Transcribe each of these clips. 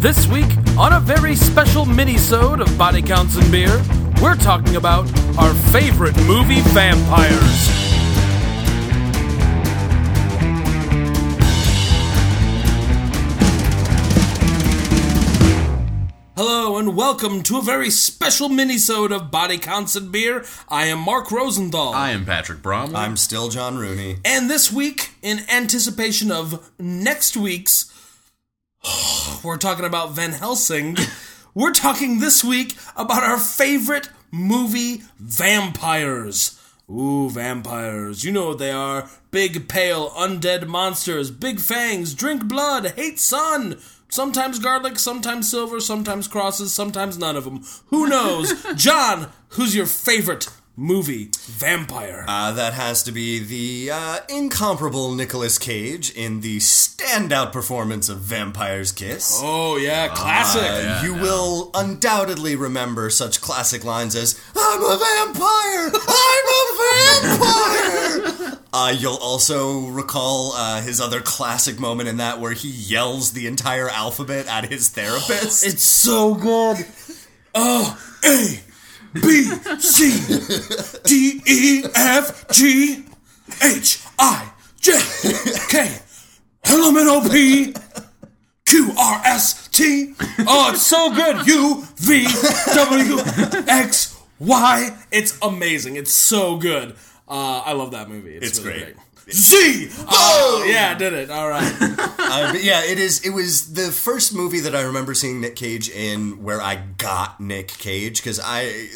This week, on a very special mini-sode of Body Counts and Beer, we're talking about our favorite movie vampires. Hello and welcome to a very special mini-sode of Body Counts and Beer. I am Mark Rosenthal. I am Patrick Bromley. I'm still John Rooney. And this week, in anticipation of next week's, we're talking about Van Helsing. We're talking this week about our favorite movie, vampires. Ooh, vampires. You know what they are big, pale, undead monsters, big fangs, drink blood, hate sun. Sometimes garlic, sometimes silver, sometimes crosses, sometimes none of them. Who knows? John, who's your favorite movie vampire? Uh, that has to be the uh, incomparable Nicolas Cage in the standout performance of Vampire's Kiss. Oh yeah, classic. Uh, you will undoubtedly remember such classic lines as "I'm a vampire, I'm a vampire." uh, you'll also recall uh, his other classic moment in that, where he yells the entire alphabet at his therapist. it's so good. Oh, A B C D E F G H I J K L M N O P Q R S T. Oh, it's so good. U V W X Y. It's amazing. It's so good. Uh, I love that movie. It's, It's really great. Z. Oh, yeah, I did it. All right. Uh, but yeah, it is. It was the first movie that I remember seeing Nick Cage in, where I got Nick Cage because I,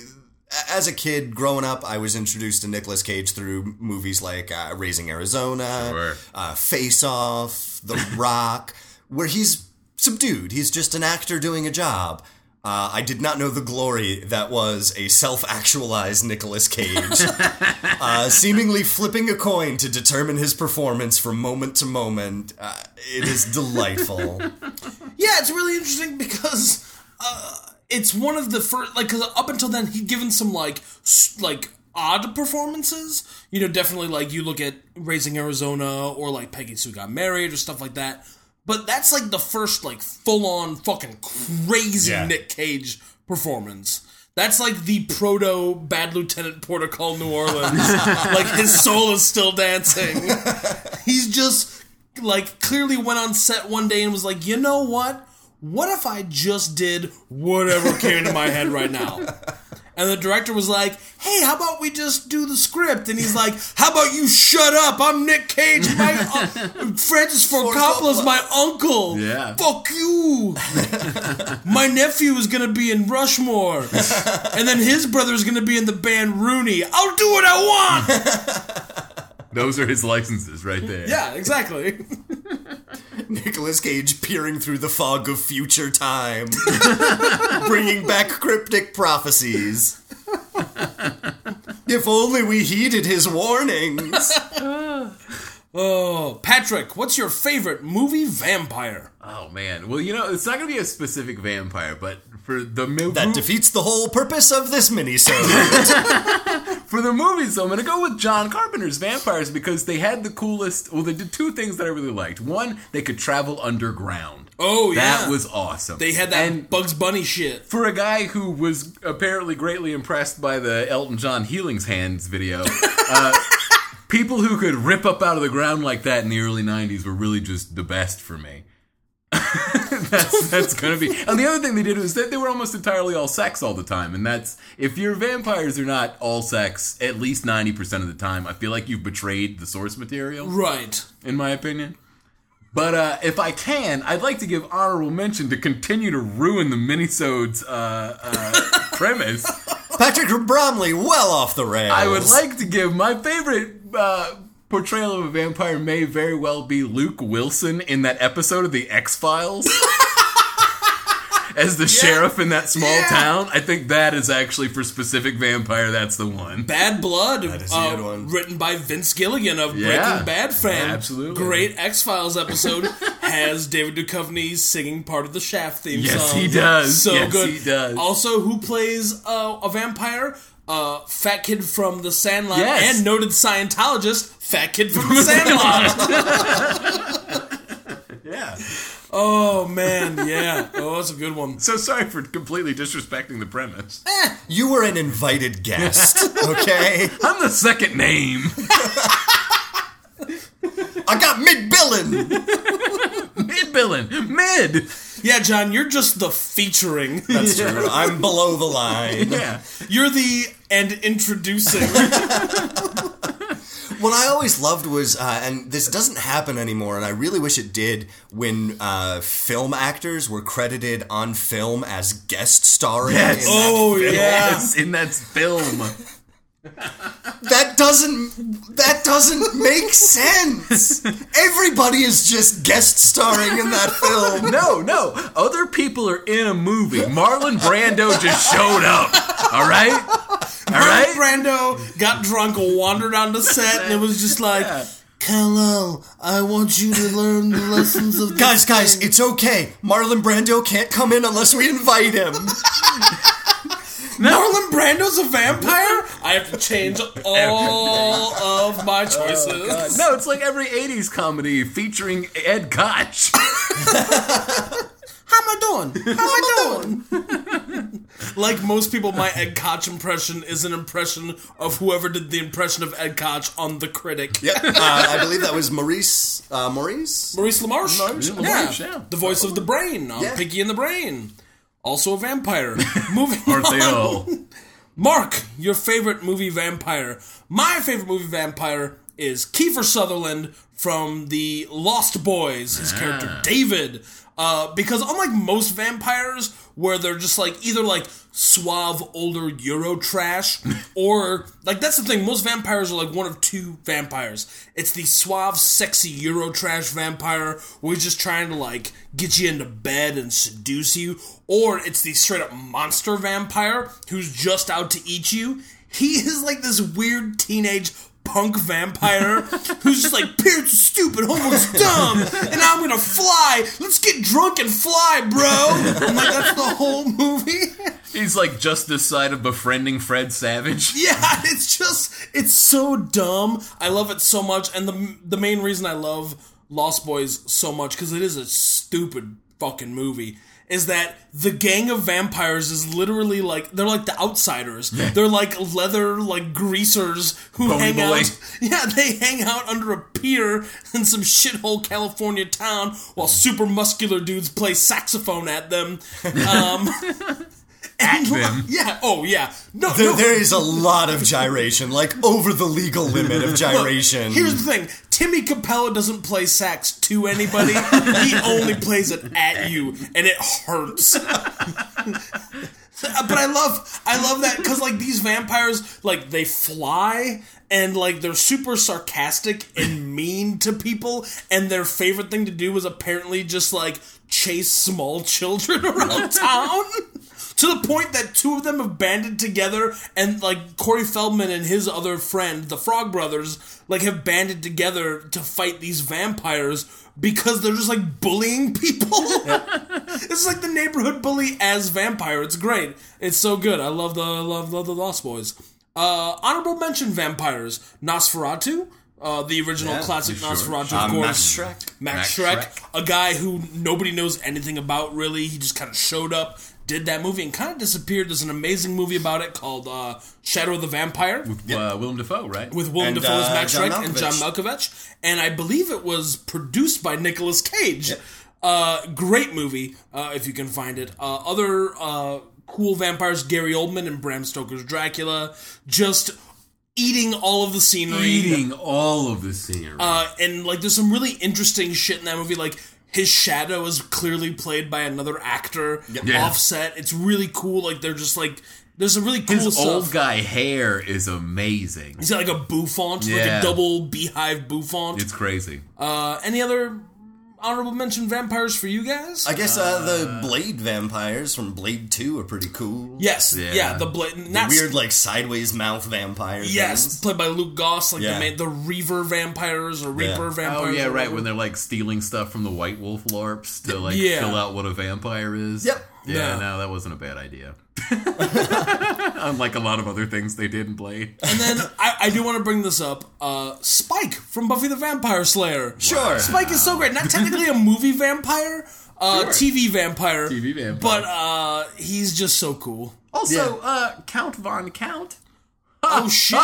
as a kid growing up, I was introduced to Nicolas Cage through movies like uh, Raising Arizona, Sure. uh, Face Off, The Rock, where he's subdued. He's just an actor doing a job. Uh, I did not know the glory that was a self-actualized Nicolas Cage uh, seemingly flipping a coin to determine his performance from moment to moment. Uh, it is delightful. Yeah, it's really interesting because uh, it's one of the first like 'cause up until then he'd given some like s- like odd performances. You know, definitely like you look at Raising Arizona or like Peggy Sue Got Married or stuff like that. But that's like the first like full on fucking crazy Yeah. Nick Cage performance. That's like the proto Bad Lieutenant Porter Call New Orleans. like his soul is still dancing. He's just like clearly went on set one day and was like, you know what? What if I just did whatever came to my head right now? And the director was like, hey, how about we just do the script? And he's like, how about you shut up? I'm Nick Cage. My un- Francis Ford Coppola's my uncle. Yeah. Fuck you. my nephew is going to be in Rushmore. and then his brother's going to be in the band Rooney. I'll do what I want. Those are his licenses right there. Yeah, exactly. Nicolas Cage peering through the fog of future time, bringing back cryptic prophecies. if only we heeded his warnings. Oh, Patrick, what's your favorite movie vampire? Oh man. Well, you know, it's not going to be a specific vampire, but for the mo- That defeats the whole purpose of this minisode. for the movies, though, I'm going to go with John Carpenter's vampires because they had the coolest. Well, they did two things that I really liked. One, they could travel underground. Oh, that yeah. was awesome. They had that And Bugs Bunny shit. for a guy who was apparently greatly impressed by the Elton John Healing's Hands video, uh, people who could rip up out of the ground like that in the early 90s were really just the best for me. that's that's gonna be. And the other thing they did was that they were almost entirely all sex all the time, and that's if your vampires are not all sex at least ninety percent of the time, I feel like you've betrayed the source material Right. in my opinion. But uh, if I can, I'd like to give honorable mention to continue to ruin the minisode's uh, uh, premise. Patrick Bromley, well off the rails. I would like to give my favorite uh, portrayal of a vampire may very well be Luke Wilson in that episode of The X Files. As the sheriff in that small Yeah. town, I think that is actually for specific vampire. That's the one. Bad Blood, That is a uh, good one. written by Vince Gilligan of Yeah. Breaking Bad fame. Yeah, absolutely. Great X Files episode has David Duchovny singing part of the Shaft theme Yes, song. he does. So Yes, good. he does. Also, who plays uh, a vampire? Uh, fat kid from the Sandlot Yes. and noted Scientologist, fat kid from the Sandlot. Yeah. Oh man, yeah. Oh, that's a good one. So sorry for completely disrespecting the premise. You were an invited guest, okay? I'm the second name. I got mid billing. Mid villain. Mid. Yeah, John, you're just the featuring. That's true. I'm below the line. Yeah. You're the and introducing. What I always loved was, uh, and this doesn't happen anymore, and I really wish it did, when uh, film actors were credited on film as guest starring. Yes. in that oh yeah. Yes, in that film. That doesn't that doesn't make sense. Everybody is just guest starring in that film. No, no. Other people are in a movie. Marlon Brando just showed up. All right? All Marlon right? Brando got drunk, wandered onto set, and it was just like, "Hello, I want you to learn the lessons of this Guys, guys, it's okay. Marlon Brando can't come in unless we invite him. Marlon Brando's a vampire? I have to change all of Oh, my choices. No, it's like every 80s comedy featuring Ed Koch. How am I doing? How am I doing? like most people, my Ed Koch impression is an impression of whoever did the impression of Ed Koch on The Critic. Yep. Uh, I believe that was Maurice. Uh, Maurice. Maurice LaMarche. LaMarche, yeah. The voice of the brain on Yeah. Piggy and the Brain. Also a vampire. Moving Aren't on. they all? Mark, your favorite movie vampire. My favorite movie vampire is Kiefer Sutherland from the Lost Boys, his character David. Uh, because unlike most vampires, where they're just like either like suave older Euro trash, or like that's the thing, most vampires are like one of two vampires. It's the suave, sexy Euro trash vampire where he's just trying to like get you into bed and seduce you, or it's the straight up monster vampire who's just out to eat you. He is like this weird teenage punk vampire who's just like parents are stupid, homework's dumb, and I'm gonna fly. Let's get drunk and fly, bro. I'm like that's the whole movie. He's like just this side of befriending Fred Savage. Yeah, it's just it's so dumb. I love it so much, and the the main reason I love Lost Boys so much because it is a stupid fucking movie. Is that the gang of vampires is literally like they're like the outsiders. They're like leather like greasers who Bony hang boy. out. Yeah, they hang out under a pier in some shithole California town while super muscular dudes play saxophone at them. Um, at them. Yeah. Oh yeah. No. There, no. there is a lot of gyration, like over the legal limit of gyration. Here's the thing: Timmy Capella doesn't play sax to anybody. he only plays it at you, and it hurts. Uh, but I love, I love that because like these vampires, like they fly and like they're super sarcastic and mean to people, and their favorite thing to do is apparently just like chase small children around town. To the point that two of them have banded together, and like Corey Feldman and his other friend, the Frog Brothers, like have banded together to fight these vampires because they're just like bullying people. It's like the neighborhood bully as vampire. It's great. It's so good. I love the love love the Lost Boys. Uh, honorable mention vampires: Nosferatu, uh, the original classic sure. Nosferatu, Uh, of course. Max Max, Schreck. Max Schreck, a guy who nobody knows anything about really. He just kind of showed up, did that movie, and kind of disappeared. There's an amazing movie about it called uh, Shadow of the Vampire Uh, Willem Dafoe, right? with Willem And, Dafoe as uh, Max John Schreck and John Malkovich, and I believe it was produced by Nicolas Cage. Uh, great movie uh, if you can find it. Uh, other uh, cool vampires: Gary Oldman and Bram Stoker's Dracula, just eating all of the scenery. Eating all of the scenery. Uh, and like, there's some really interesting shit in that movie. Like, his shadow is clearly played by another actor. Yeah. Offset. It's really cool. Like, they're just like. There's some really cool His stuff. old guy hair is amazing. He's got like a bouffant, like a Yeah. double beehive bouffant. It's crazy. Uh, any other honorable mention vampires for you guys? I guess uh, the Blade vampires from Blade Two are pretty cool. yes, yeah, Yeah. the bla- not Weird, like sideways mouth vampire. Yes, things. played by Luke Goss, like Yeah. the, ma- the Reaver vampires or Reaper Oh, vampires. Oh yeah, or right. whatever. When they're like stealing stuff from the White Wolf LARPs to like Yeah. fill out what a vampire is. Yep. Yeah, No. no, that wasn't a bad idea. Unlike a lot of other things they did in play. And then I, I do want to bring this up. Uh, Spike from Buffy the Vampire Slayer. Sure. Spike is so great. Not technically a movie vampire, uh, TV vampire. TV vampire. But uh, he's just so cool. Also, uh, Count Von Count. Oh shit!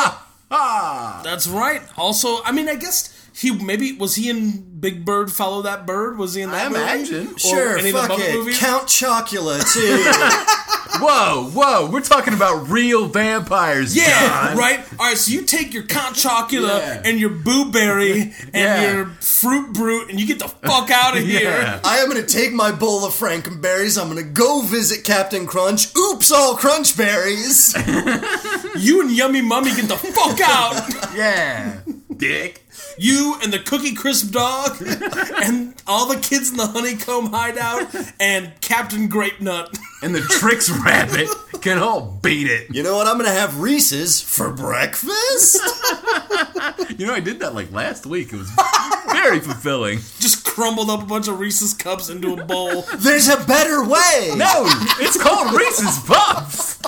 Ah, That's right. Also, I mean, I guess he maybe was he in Big Bird Follow That Bird? Was he in that? I movie? imagine. Or Sure, any of the fuck Muppet it. movies? Count Chocula too. whoa, whoa! We're talking about real vampires. Yeah, John. right. All right, so you take your conchocula Yeah. and your booberry and Yeah. your fruit brute, and you get the fuck out of here. Yeah. I am gonna take my bowl of Frankenberries. I'm gonna go visit Captain Crunch. Oops, all Crunchberries. You and Yummy Mummy get the fuck out. Yeah, dick. You and the Cookie Crisp dog, and all the kids in the honeycomb hideout, and Captain Grape Nut. And the tricks rabbit can all beat it. You know what? I'm gonna have Reese's for breakfast. You know, I did that like last week. It was very fulfilling. Just crumbled up a bunch of Reese's cups into a bowl. There's a better way. No, it's called Reese's Puffs.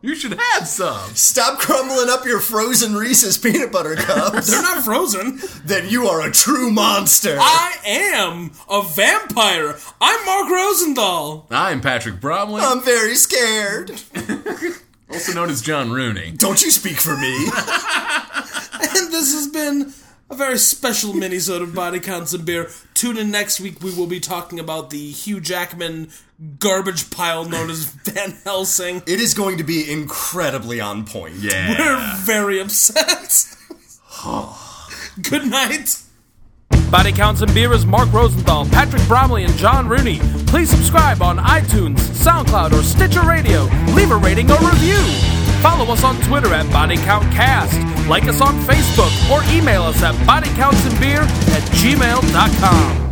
You should have some. Stop crumbling up your frozen Reese's peanut butter cups. They're not frozen. then you are a true monster. I am a vampire. I'm Mark Rosendahl. I'm Patrick Bromley, I'm very scared. also known as John Rooney. Don't you speak for me. And this has been a very special minisode of Body Counts and Beer. Tune in next week. We will be talking about the Hugh Jackman garbage pile known as Van Helsing. It is going to be incredibly on point. We're very upset. Good night. Body Counts and Beer is Mark Rosenthal, Patrick Bromley, and John Rooney. Please subscribe on iTunes, SoundCloud, or Stitcher Radio. Leave a rating or review. Follow us on Twitter at Body Count Cast. Like us on Facebook or email us at bodycountsandbeer at gmail.com.